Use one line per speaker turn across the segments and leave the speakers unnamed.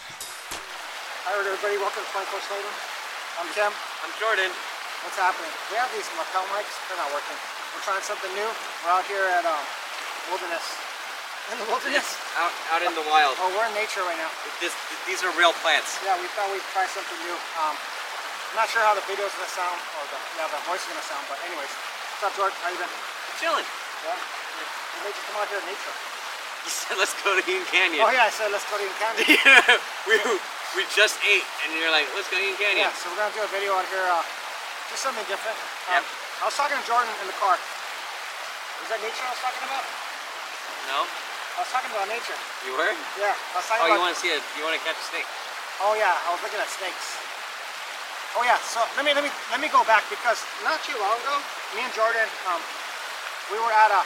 All right, everybody, welcome to Michael Slater. I'm Kim.
I'm Jordan.
What's happening? We have these lapel mics. They're not working. We're trying something new. We're out here at um, wilderness. In the wilderness?
Out, out in the wild.
Oh, we're in nature right now.
This, these are real plants.
Yeah, we thought we'd try something new. Um, I'm not sure how the video's gonna sound, or the, yeah, the voice is gonna sound, but anyways. What's up, Jordan? How you been?
Chilling.
Yeah? We made you come out here to nature.
He said, let's go to Eden Canyon.
Oh, yeah, I said let's go to Eden Canyon.
we, we just ate, and you're like, let's go to Eden Canyon.
Yeah, so we're gonna do a video out here, uh, just something different. Um,
Yep.
I was talking to Jordan in the car. Was that nature I was talking about?
No?
I was talking about nature.
You were?
Yeah, I was talking
Oh, you
about.
want to see it? You want to catch a snake?
oh yeah, I was looking at snakes. Oh yeah, so let me let me let me go back because not too long ago, me and Jordan, um, we were at a,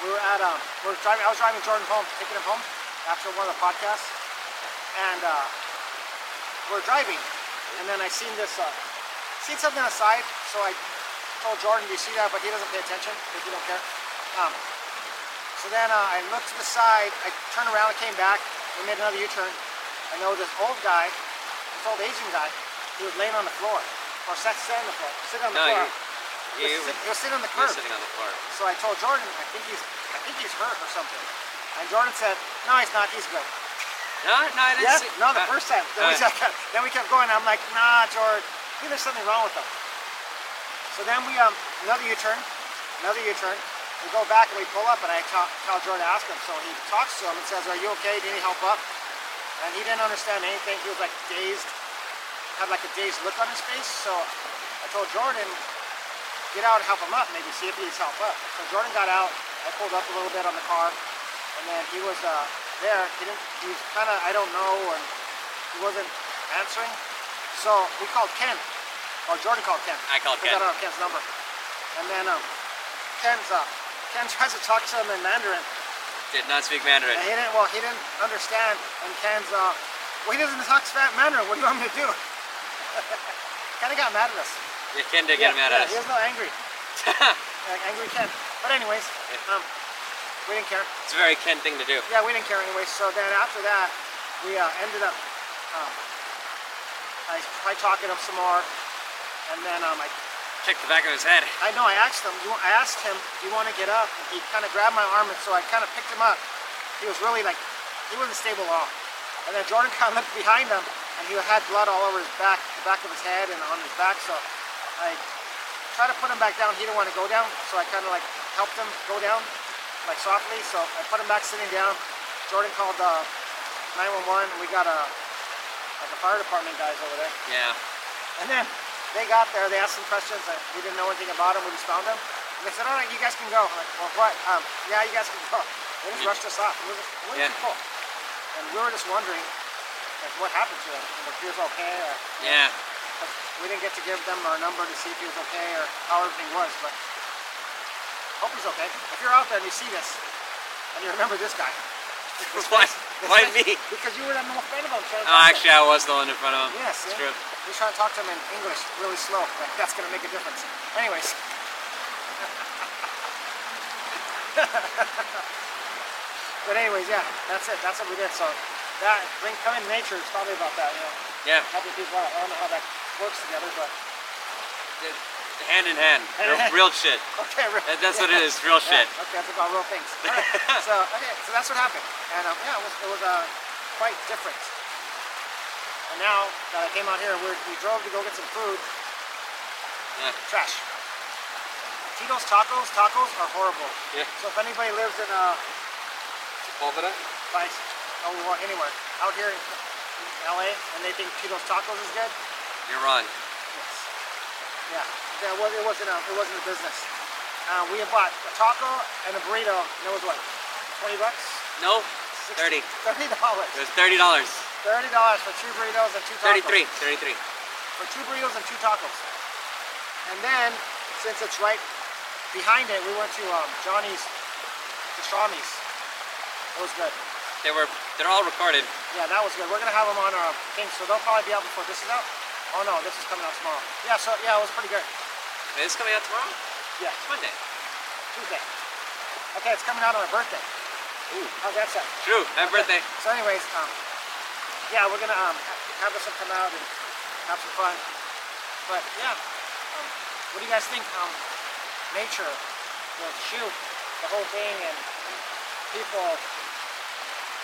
we were at um, we were driving. I was driving Jordan home, taking him home after one of the podcasts, and uh, we're driving, and then I seen this, uh, seen something on the side, so I told Jordan, "Do you see that?" But he doesn't pay attention because he don't care. Um, so then uh, I looked to the side, I turned around, I came back, we made another U-turn. I know this old guy, this old Asian guy, he was laying on the floor, or sat sitting on the floor, sitting on the
No,
floor.
you-
He was
you
sit-
were-
he was sitting on the
You're
curb.
sitting on the floor.
So I told Jordan, I think he's, I think he's hurt or something. And Jordan said, no, he's not. He's good.
No, no, I didn't
Yes,
see
no, the
uh,
first time. Then, we
uh,
just kept, then we kept going. I'm like, nah, Jordan, I think there's something wrong with him. So then we um another U-turn, another U-turn. We go back and we pull up, and I tell, tell Jordan to ask him. So he talks to him and says, "Are you okay? Do you need help up?" And he didn't understand anything. He was like dazed, had like a dazed look on his face. So I told Jordan, "Get out and help him up. Maybe see if he needs help up." So Jordan got out. I pulled up a little bit on the car, and then he was uh, there. He didn't. He was kind of I don't know, and he wasn't answering. So we called Ken, or Jordan called Ken.
I called
We
Ken.
got out Ken's number, and then um, Ken's uh, Ken tries to talk to him in Mandarin,
Did not speak Mandarin.
and he didn't. Well, he didn't understand, and Ken's uh, well, he doesn't talk spat Mandarin. What do you want me to do? kind of got mad at us.
Yeah, Ken did get
yeah,
mad
yeah,
at
He
us.
was not angry, like angry Ken. But anyways,
Yeah.
um, we didn't care.
it's a very Ken thing to do.
Yeah, we didn't care anyway. So then after that, we uh, ended up. Um, I tried talking to him some more, and then um, I,
Kicked the back of his head.
I know I asked him. You, I asked him, "Do you want to get up?" And he kind of grabbed my arm, and so I kind of picked him up. He was really like, he wasn't stable at all. And then Jordan kind of looked behind him, and he had blood all over his back, the back of his head, and on his back. So I tried to put him back down. He didn't want to go down, so I kind of like helped him go down, like softly. So I put him back sitting down. Jordan called uh, 911, and we got a like a fire department guys over there.
Yeah.
And then they got there, they asked some questions, and we didn't know anything about them, we just found them. And they said, all right, you guys can go. I'm like, well, what? Um, yeah, you guys can go. They just
Yeah.
rushed us off. It was, it was
Yeah.
cool. And we were just wondering, like, what happened to him? And if he was okay, or
Yeah.
like, we didn't get to give them our number to see if he was okay or how everything was, but hope he's okay. If you're out there and you see this, and you remember this guy. this
Why-
guy's- this
why
guy's-
me?
Because you were the most fan of him. trying to
Oh,
talk to him.
actually, I was the one in front of him.
Yes,
It's
yeah.
true.
He's trying to talk to him in English really slow. Like that's gonna make a difference. Anyways. but anyways, yeah, that's it. That's what we did. So that bring coming nature is probably about that, you know.
Yeah.
Helping people out. I don't know how that works together, but
They're Hand in hand.
in
They're
hand.
real shit.
okay, real,
That- that's what it is, real
Yeah,
shit.
Okay, that's about real things. All right. so okay, so that's what happened. And um, yeah, it was it was uh, quite different. And now that I came out here, we're, we drove to go get some food.
Yeah.
Trash. Tito's tacos, tacos are horrible.
Yeah.
So if anybody lives in uh,
Sepulveda?
like, oh, well, anywhere out here in LA and they think Tito's tacos is good,
You're wrong.
yes. Yeah. That was it wasn't a it wasn't a business. Uh, we had bought a taco and a burrito, and it was what, twenty bucks?
No,
60
30. It
Thirty dollars.
was $30.
Thirty dollars for two burritos and two tacos.
33. 33.
for two burritos and two tacos. And then, since it's right behind it, we went to um, Johnny's Pastrami's. It was good.
They were, they're all recorded.
Yeah, that was good. We're gonna have them on our thing, so they'll probably be out before this is out. Oh no, this is coming out tomorrow. Yeah, so yeah, it was pretty good.
Is this coming out tomorrow?
Yeah,
It's Monday.
Tuesday. Okay, it's coming out on my birthday.
Ooh.
How's that sound?
True. Happy birthday.
So, anyways, um, yeah, we're gonna um, ha- have this one come out and have some fun. But yeah, um, what do you guys think? Um, nature, the shoe, the whole thing, and people.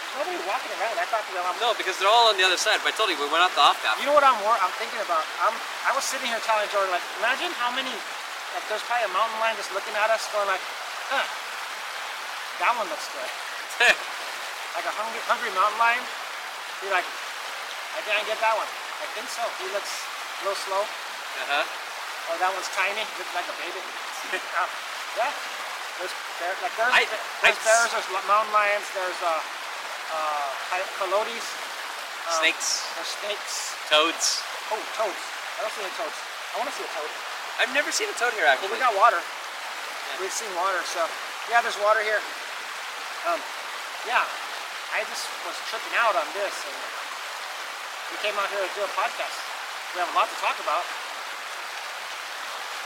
There's nobody walking around. I thought that I'm.
No, because they're all on the other side. But I told you, we went out the off path.
You know what I'm wor- I'm thinking about? I'm I was sitting here telling Jordan like, imagine how many like there's probably a mountain lion just looking at us going like, huh, that one looks good.
Uh-huh.
like a hungry hungry mountain lion. You're like, I think I can get that one. I think so. He looks a little slow.
uh-huh.
Or that one's tiny, looks like a baby. Uh, yeah. There's bear, like there's,
I- I-
there's bears, there's lo- mountain lions, there's uh uh coy- coyotes, um,
Snakes,
there's snakes.
toads.
Oh, toads. I don't see any toads. I want to see a toad.
I've never seen a toad
Well,
here actually.
we got water. We've seen water, so yeah, there's water here. Um, yeah, I just was tripping out on this, and we came out here to do a podcast. We have a lot to talk about,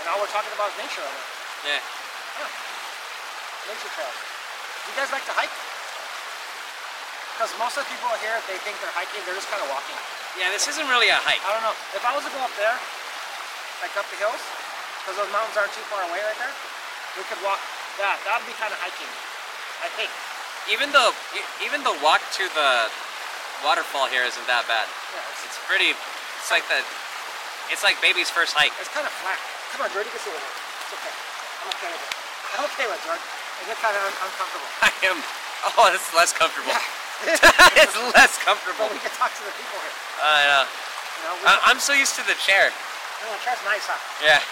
and all we're talking about is nature right now.
Yeah.
Nature trails. You guys like to hike? Because most of the people here, they think they're hiking. They're just kind of walking.
Yeah, this isn't really a hike.
I don't know. If I was to go up there, like up the hills, because those mountains aren't too far away right there, we could walk that. That would be kind of hiking, I think.
Even the even the walk to the waterfall here isn't that bad.
Yeah, it's,
It's pretty. It's like the. It's like baby's first hike.
it's kind of flat. Come on, Jordan, you can sit with it. It's okay. I'm okay with it. I'm okay with it, Jordan. I get kind of un- uncomfortable.
I am. Oh, it's less comfortable. it's less comfortable.
but we can talk to the people here.
I know. Uh.
You know, we,
I, I'm so used to the chair.
oh, the chair's nice, huh?
Yeah.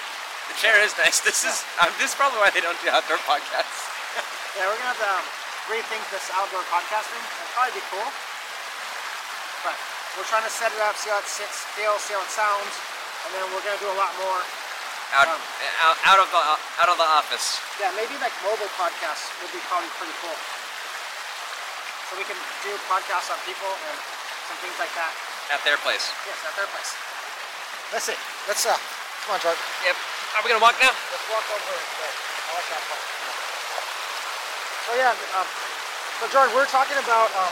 The chair is nice. This is. Um, this is probably why they don't do outdoor podcasts.
Yeah, we're gonna have to um, rethink this outdoor podcasting. It'll probably be cool, but we're trying to set it up, see how it sits, feels, see how it sounds, and then we're gonna do a lot more
Out,
Um.
out, out of the out of the office.
Yeah, maybe like mobile podcasts would be probably pretty cool. So we can do podcasts on people and some things like that.
At their place.
Yes, at their place. Let's see. Let's uh, come on, George.
Yep. Are we gonna walk now?
Let's walk over there. I like that part. So yeah, um, so George, we're talking about. Um,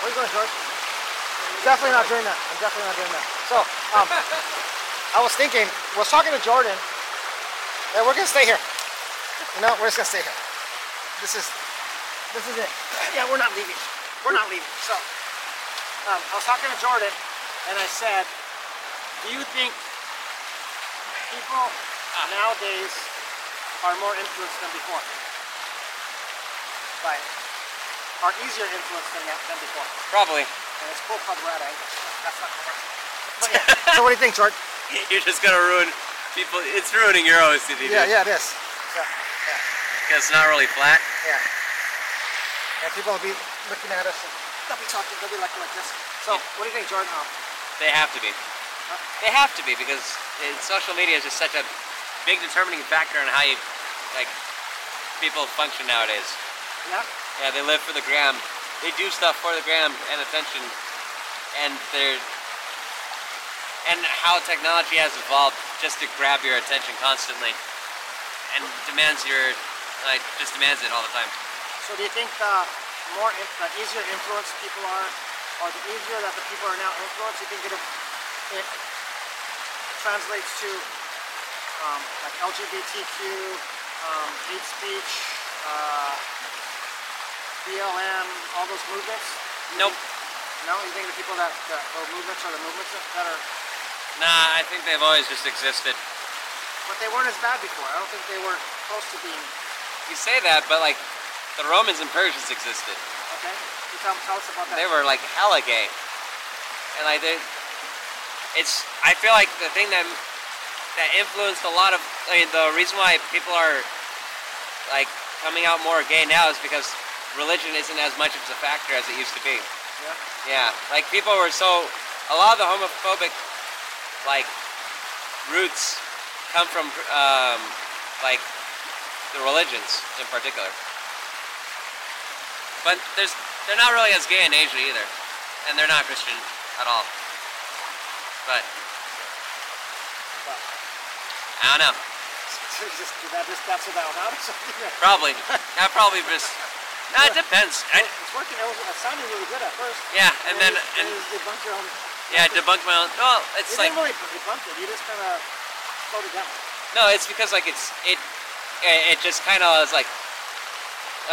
where are you going, George? Definitely not doing that. I'm definitely not doing that. So um, I was thinking, I was talking to Jordan. Hey, we're gonna stay here. You know, we're just gonna stay here. This is, this is it. Yeah, we're not leaving. We're not leaving. So um, I was talking to Jordan, and I said, "Do you think people nowadays are more influenced than before. Like, are easier influenced than, than before.
Probably.
And it's cool called red eye. That's not correct. But yeah. so what do you think, George?
You're just gonna ruin people. It's ruining your OCD. dude.
yeah, it is. Yeah, yeah,
'Cause it's not really flat.
yeah. And people will be looking at us and they'll be talking, they'll be looking like this. So,
Yeah.
what do you think, Jordan? Um,
They have to be. They have to be because uh, social media is just such a big determining factor in how you like people function nowadays.
yeah?
Yeah, they live for the gram. They do stuff for the gram and attention, and they're and how technology has evolved just to grab your attention constantly, and demands your like just demands it all the time.
So do you think the more, in, the easier influenced people are, or the easier that the people are now influenced, you think it, it translates to um, like LGBTQ, um, hate speech, uh, BLM, all those movements?
Nope.
No, you think the people that, that those movements are the movements that- that are,
Nah, I think they've always just existed.
but they weren't as bad before. I don't think they were close to being,
You say that, but like the Romans and Persians existed.
okay? You tell, tell us about that.
They were like hella gay, and like they, it's. I feel like the thing that that influenced a lot of. I mean, the reason why people are like coming out more gay now is because religion isn't as much of a factor as it used to be.
Yeah.
Yeah, like people were so. A lot of the homophobic, like, roots come from, um, like, the religions in particular. But there's, they're not really as gay in Asia either, and they're not Christian at all. But I don't know.
should just did that just cancel that one out or something?
Probably. That probably just. No, it depends. I,
it's working. It, was, it sounded really good at first.
yeah, and then
you-
and
you debunked your own.
yeah, debunk my own. Well,
You
it's like
didn't really debunk it. You just kind of slowed it down.
no, it's because like it's it it, it just kind of was like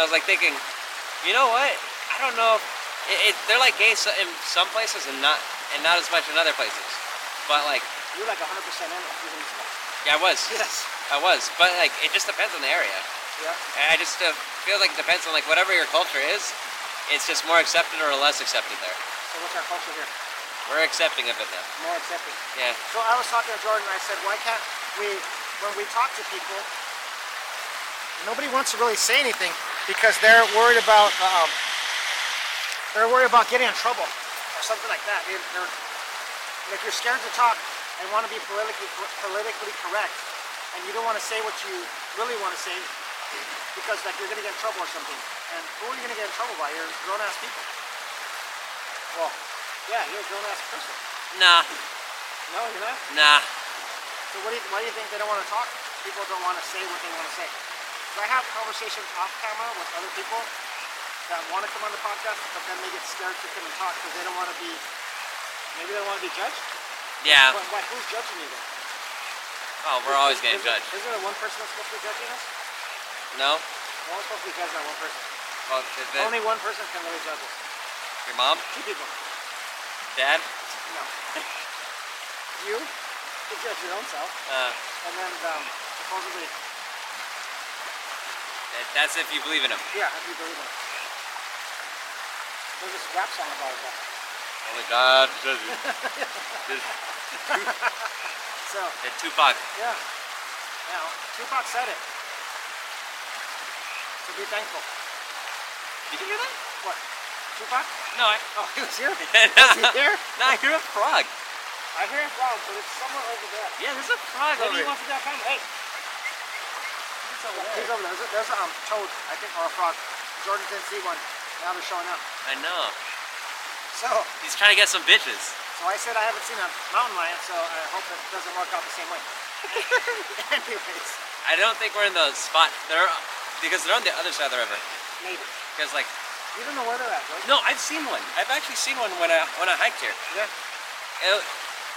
I was like thinking, you know what? I don't know. If, it, it they're like gay so- in some places and not and not as much in other places. But like
You're like 100% in it. You didn't stop.
yeah, I was
Yes.
I was. But like it just depends on the area.
Yeah.
I I just uh, feel like it depends on like whatever your culture is. It's just more accepted or less accepted there.
So what's our culture here?
We're accepting of it now.
More accepting.
Yeah.
So I was talking to Jordan. I said, why can't we, when we talk to people, nobody wants to really say anything because they're worried about, um, they're worried about getting in trouble or something like that. They- they're- and if you're scared to talk and want to be politically politically correct, and you don't want to say what you really want to say because like you're going to get in trouble or something, and who are you going to get in trouble by? You're grown ass people. Well, yeah, you're a grown ass person.
Nah,
No, you're not.
nah.
So what do you, why do you think they don't want to talk? People don't want to say what they want to say. So I have conversations off camera with other people that want to come on the podcast, but then they get scared to come and talk because they don't want to be, maybe they don't want to be judged.
Yeah.
But, but who's judging you then?
Oh, we're always getting
Is- is-
judged.
Isn't there one person that's supposed to be judging us?
No?
No one's supposed to be judged by one person.
Well, is it
Only one person can really judge us.
your mom?
Two people.
Dad?
No. you can judge your own self,
Uh,
and then um, supposedly,
that- that's if you believe in him.
yeah, if you believe in it. There's this rap song about that.
Only Oh God judges.
So,
The Tupac.
yeah. Now, Tupac said it. So be thankful.
Did you hear that?
What? Tupac?
No, I,
Oh, he was here. Is he here?
no, I hear a frog.
I hear him loud, but it's somewhere over there.
Yeah, there's a frog
Maybe
over
he
here.
wants to get home. Hey. He's over there. He's over there. There's a, there's a um, toad, I think, or a frog. Jordan didn't see one. Now they're showing up.
I know.
So,
He's trying to get some bitches.
so I said I haven't seen a mountain lion, so I hope it doesn't work out the same way. Anyways,
I don't think we're in the spot. They're because they're on the other side of the river.
maybe.
Because like,
You don't know where they're at, right?
no, I've seen one. I've actually seen one when I when I hiked here.
Yeah.
It,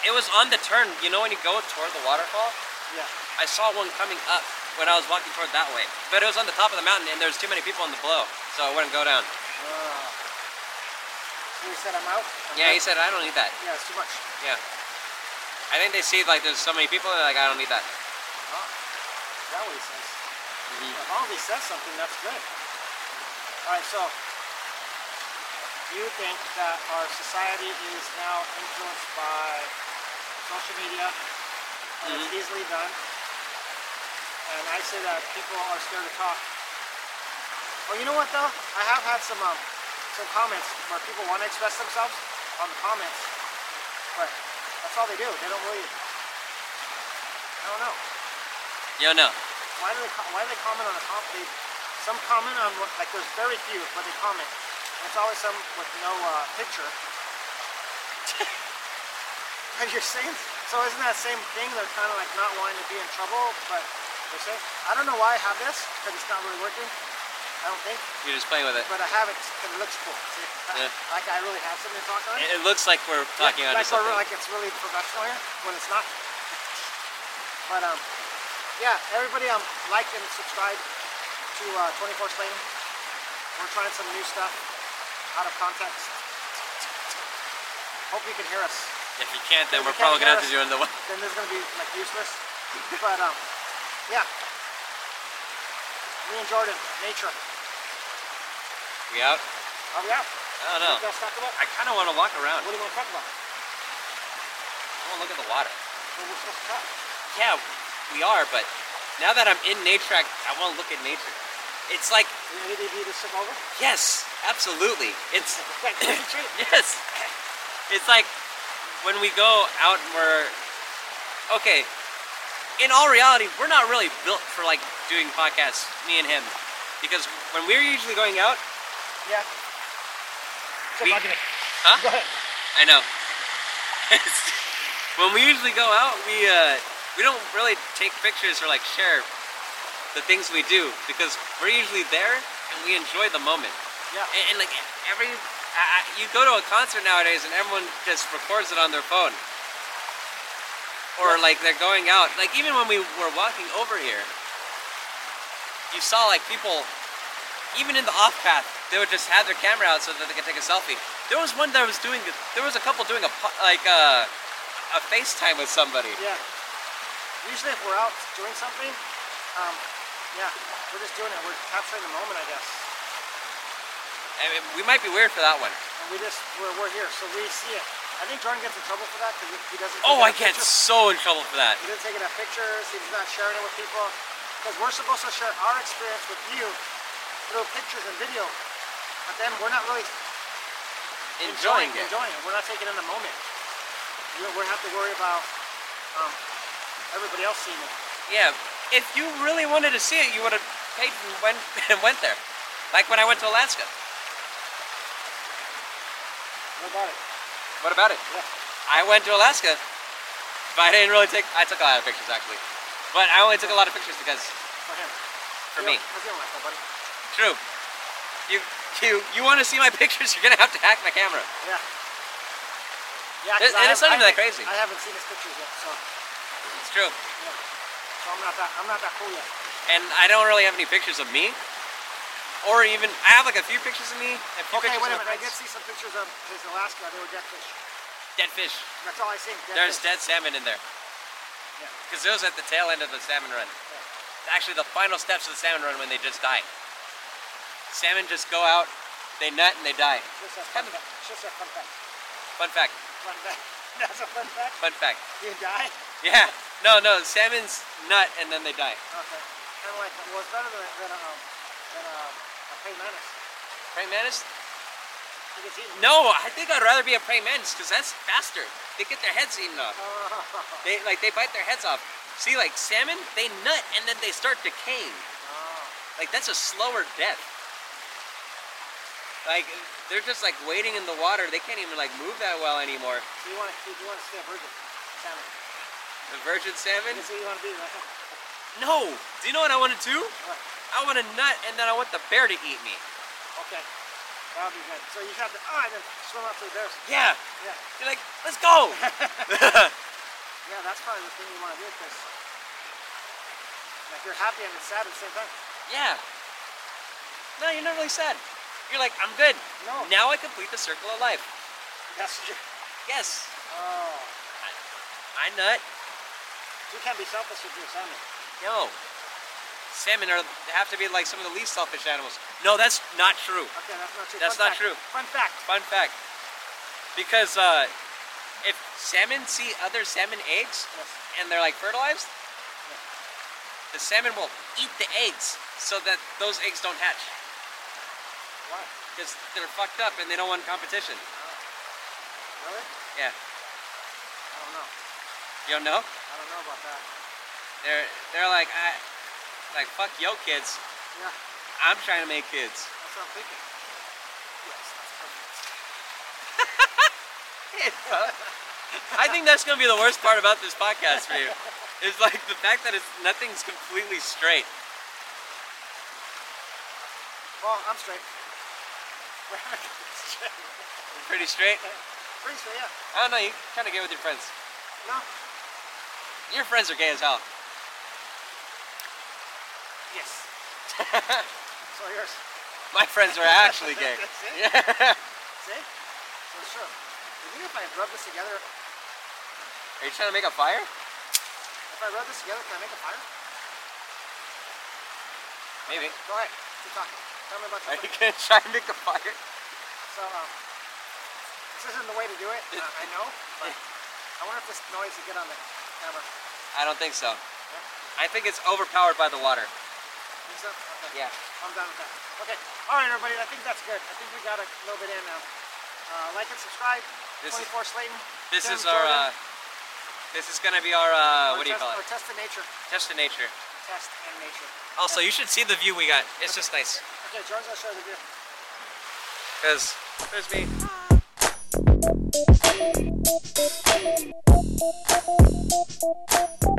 it was on the turn. You know when you go toward the waterfall.
Yeah.
I saw one coming up when I was walking toward that way, but it was on the top of the mountain, and there was too many people on the blow, so it wouldn't go down.
So he said, I'm out. I'm
Yeah, he
done."
said I don't need that.
yeah, it's too much.
Yeah, I think they see like there's so many people, they're like I don't need
Oh,
that.
is that what he says?
Mm-hmm.
As long as he says something, that's good. All right, so you think that our society is now influenced by social media, and it's easily done. And I say that people are scared to talk. Well, you know what though? I have had some um, some comments where people want to express themselves on the comments, but that's all they do. They don't really. I don't know.
Yo, no,
Why do they co- why do they comment on a com They, some comment on what like there's very few, but they comment. And it's always some with no uh, picture. and you're saying so isn't that same thing? They're kind of like not wanting to be in trouble, but they're saying I don't know why I have this because it's not really working. I don't think,
you're just playing with it.
but I have it because it looks cool. See, I-
Yeah.
like I really have something to talk on.
It, it looks like we're talking
Yeah, like,
under
we're
something.
re- like it's really professional here when it's not. But um, yeah, everybody um like and subscribe to uh, 24 Slayton. We're trying some new stuff out of context. Hope you can hear us.
if you can't,
if
then we're
you can't
probably gonna have
hear
to do it in the.
Then this is gonna be like useless. But um, yeah. Me and Jordan, nature. Oh,
We out?
Are we out?
I don't know.
What do you guys talk about?
I kind of want to walk around.
What do you want to talk about?
I want to look at the water.
What we're supposed to talk.
Yeah, we are, but now that I'm in nature, I, I want to look at nature. It's like
You need to this ship over?
yes, absolutely. It's
Yeah, this is true.
yes. It's like when we go out and we're okay. In all reality, we're not really built for like doing podcasts, me and him, because when we're usually going out,
Yeah. It's
We-
an argument.
huh?
Go ahead.
I know. when we usually go out, we uh, we don't really take pictures or like share the things we do because we're usually there and we enjoy the moment.
Yeah.
And, and like every, I, I, you go to a concert nowadays and everyone just records it on their phone. Or like they're going out. Like even when we were walking over here, you saw like people, even in the off path, they would just have their camera out so that they could take a selfie. There was one that was doing, there was a couple doing a po- like a, a FaceTime with somebody.
Yeah. Usually, if we're out doing something, um, yeah, we're just doing it. We're capturing the moment, I guess.
I mean, we might be weird for that one.
And we just we're, we're here, so we see it. I think Jordan gets in trouble for that because he doesn't.
Oh, I
take enough
get
pictures.
so in trouble for that.
He doesn't take enough pictures. He's not sharing it with people because we're supposed to share our experience with you through pictures and video, but then we're not really
Enjoying it.
Enjoying it. We're not taking in the moment. You know, we have to worry about um, everybody else seeing it.
Yeah, if you really wanted to see it, you would have paid and went, and went there. Like when I went to Alaska.
What about it?
What about it?
Yeah.
I went to Alaska, but I didn't really take. I took a lot of pictures actually, but I only took a lot of pictures because
For him.
for
You
me.
don't- How's your life, buddy?
True. You you you want to see my pictures? You're gonna have to hack my camera.
Yeah. Yeah,
It-
'cause I
and it's
have- I
not even that
think-
crazy.
I haven't seen his pictures yet, so,
It's true.
yeah. so I'm not that I'm not that cool yet.
And I don't really have any pictures of me, or even I have like a few pictures of me. A few
Okay,
pictures
wait a
of my
minute. I did
friends.
see some pictures of his Alaska. They were dead fish.
Dead fish.
That's all I seen. Dead
There's
fish.
dead salmon in there.
Yeah.
Because it was at the tail end of the salmon run. Actually, the final steps of the salmon run when they just die. Salmon just go out, they nut, and they die.
Just a fun
Kind of-
fact. Just a fun fact.
Fun fact.
Fun fact. That's a fun fact.
Fun fact.
You die.
Yeah. No, no. Salmon's nut, and then they die.
Okay. Kind of like well, it's better than than um than um a praying mantis.
Praying mantis?
He oh, gets eaten.
No, I think I'd rather be a praying mantis because that's faster. They get their heads eaten off.
Oh.
They like they bite their heads off. See, like salmon, they nut and then they start decaying. Like that's a slower death. Like they're just like waiting in the water. They can't even like move that well anymore.
So you want to you want to stay a virgin? Salmon.
The virgin salmon?
That's what you want to be, right?
No. Do you know what I want to do?
What?
I want to nut and then I want the bear to eat me.
Okay. That'll be good. So you have to ah and then swim up through there.
Yeah.
Yeah.
You're like, let's go.
Yeah, that's probably the thing you want to do because like you're happy and it's sad at the same time.
yeah. No, you're not really sad. You're like, I'm good.
No.
Now I complete the circle of life.
That's what you.
Yes.
Oh,
I nut.
you can't be selfish with your salmon.
No. Salmon are have to be like some of the least selfish animals. No, that's not true.
Okay, that's not true.
That's
Fun fact. Fun
not true.
fact.
Fun fact. Because uh, if salmon see other salmon eggs
Yes.
and they're like fertilized, the salmon will eat the eggs so that those eggs don't hatch.
What?
Because they're fucked up and they don't want competition.
Really?
Yeah.
I don't know.
You don't know?
I don't know about that.
They're they're like I like fuck yo kids.
Yeah,
I'm trying to make kids.
that's what I'm thinking. Yes, that's perfect.
I think that's gonna be the worst part about this podcast for you. Is like the fact that it's nothing's completely straight.
Well, Oh, I'm straight. Pretty
Pretty straight.
straight, yeah.
I don't know. You kind of gay with your friends.
No,
Your friends are gay as hell.
yes. so yours.
My friends are actually gay. Yeah.
See? So it's true. You think if I rub this together, if
Are you trying to make a fire?
I rub this together, can I make a fire?
Maybe.
Go ahead. Keep talking. Tell me about
Are
the
you gonna try and make a fire?
So, um, this isn't the way to do it. Uh, I know, but I wonder if this noise would get on the camera.
I don't think so. I think it's overpowered by the water.
Think so? Okay.
Yeah.
I'm done with that. Okay. All right, everybody. I think that's good. I think we got a little bit in now. Uh, like and subscribe.
This is-
24 Slayton.
This
Tim
is our.
Jordan.
Uh, this is gonna be our.
Our
Uh, what do you
test,
call
Our
it?
test of nature.
Test of nature.
Test and nature.
Also, you should see the view we got. It's just nice.
Okay, George, I'll show you the view.
Cause there's me.
Thank you.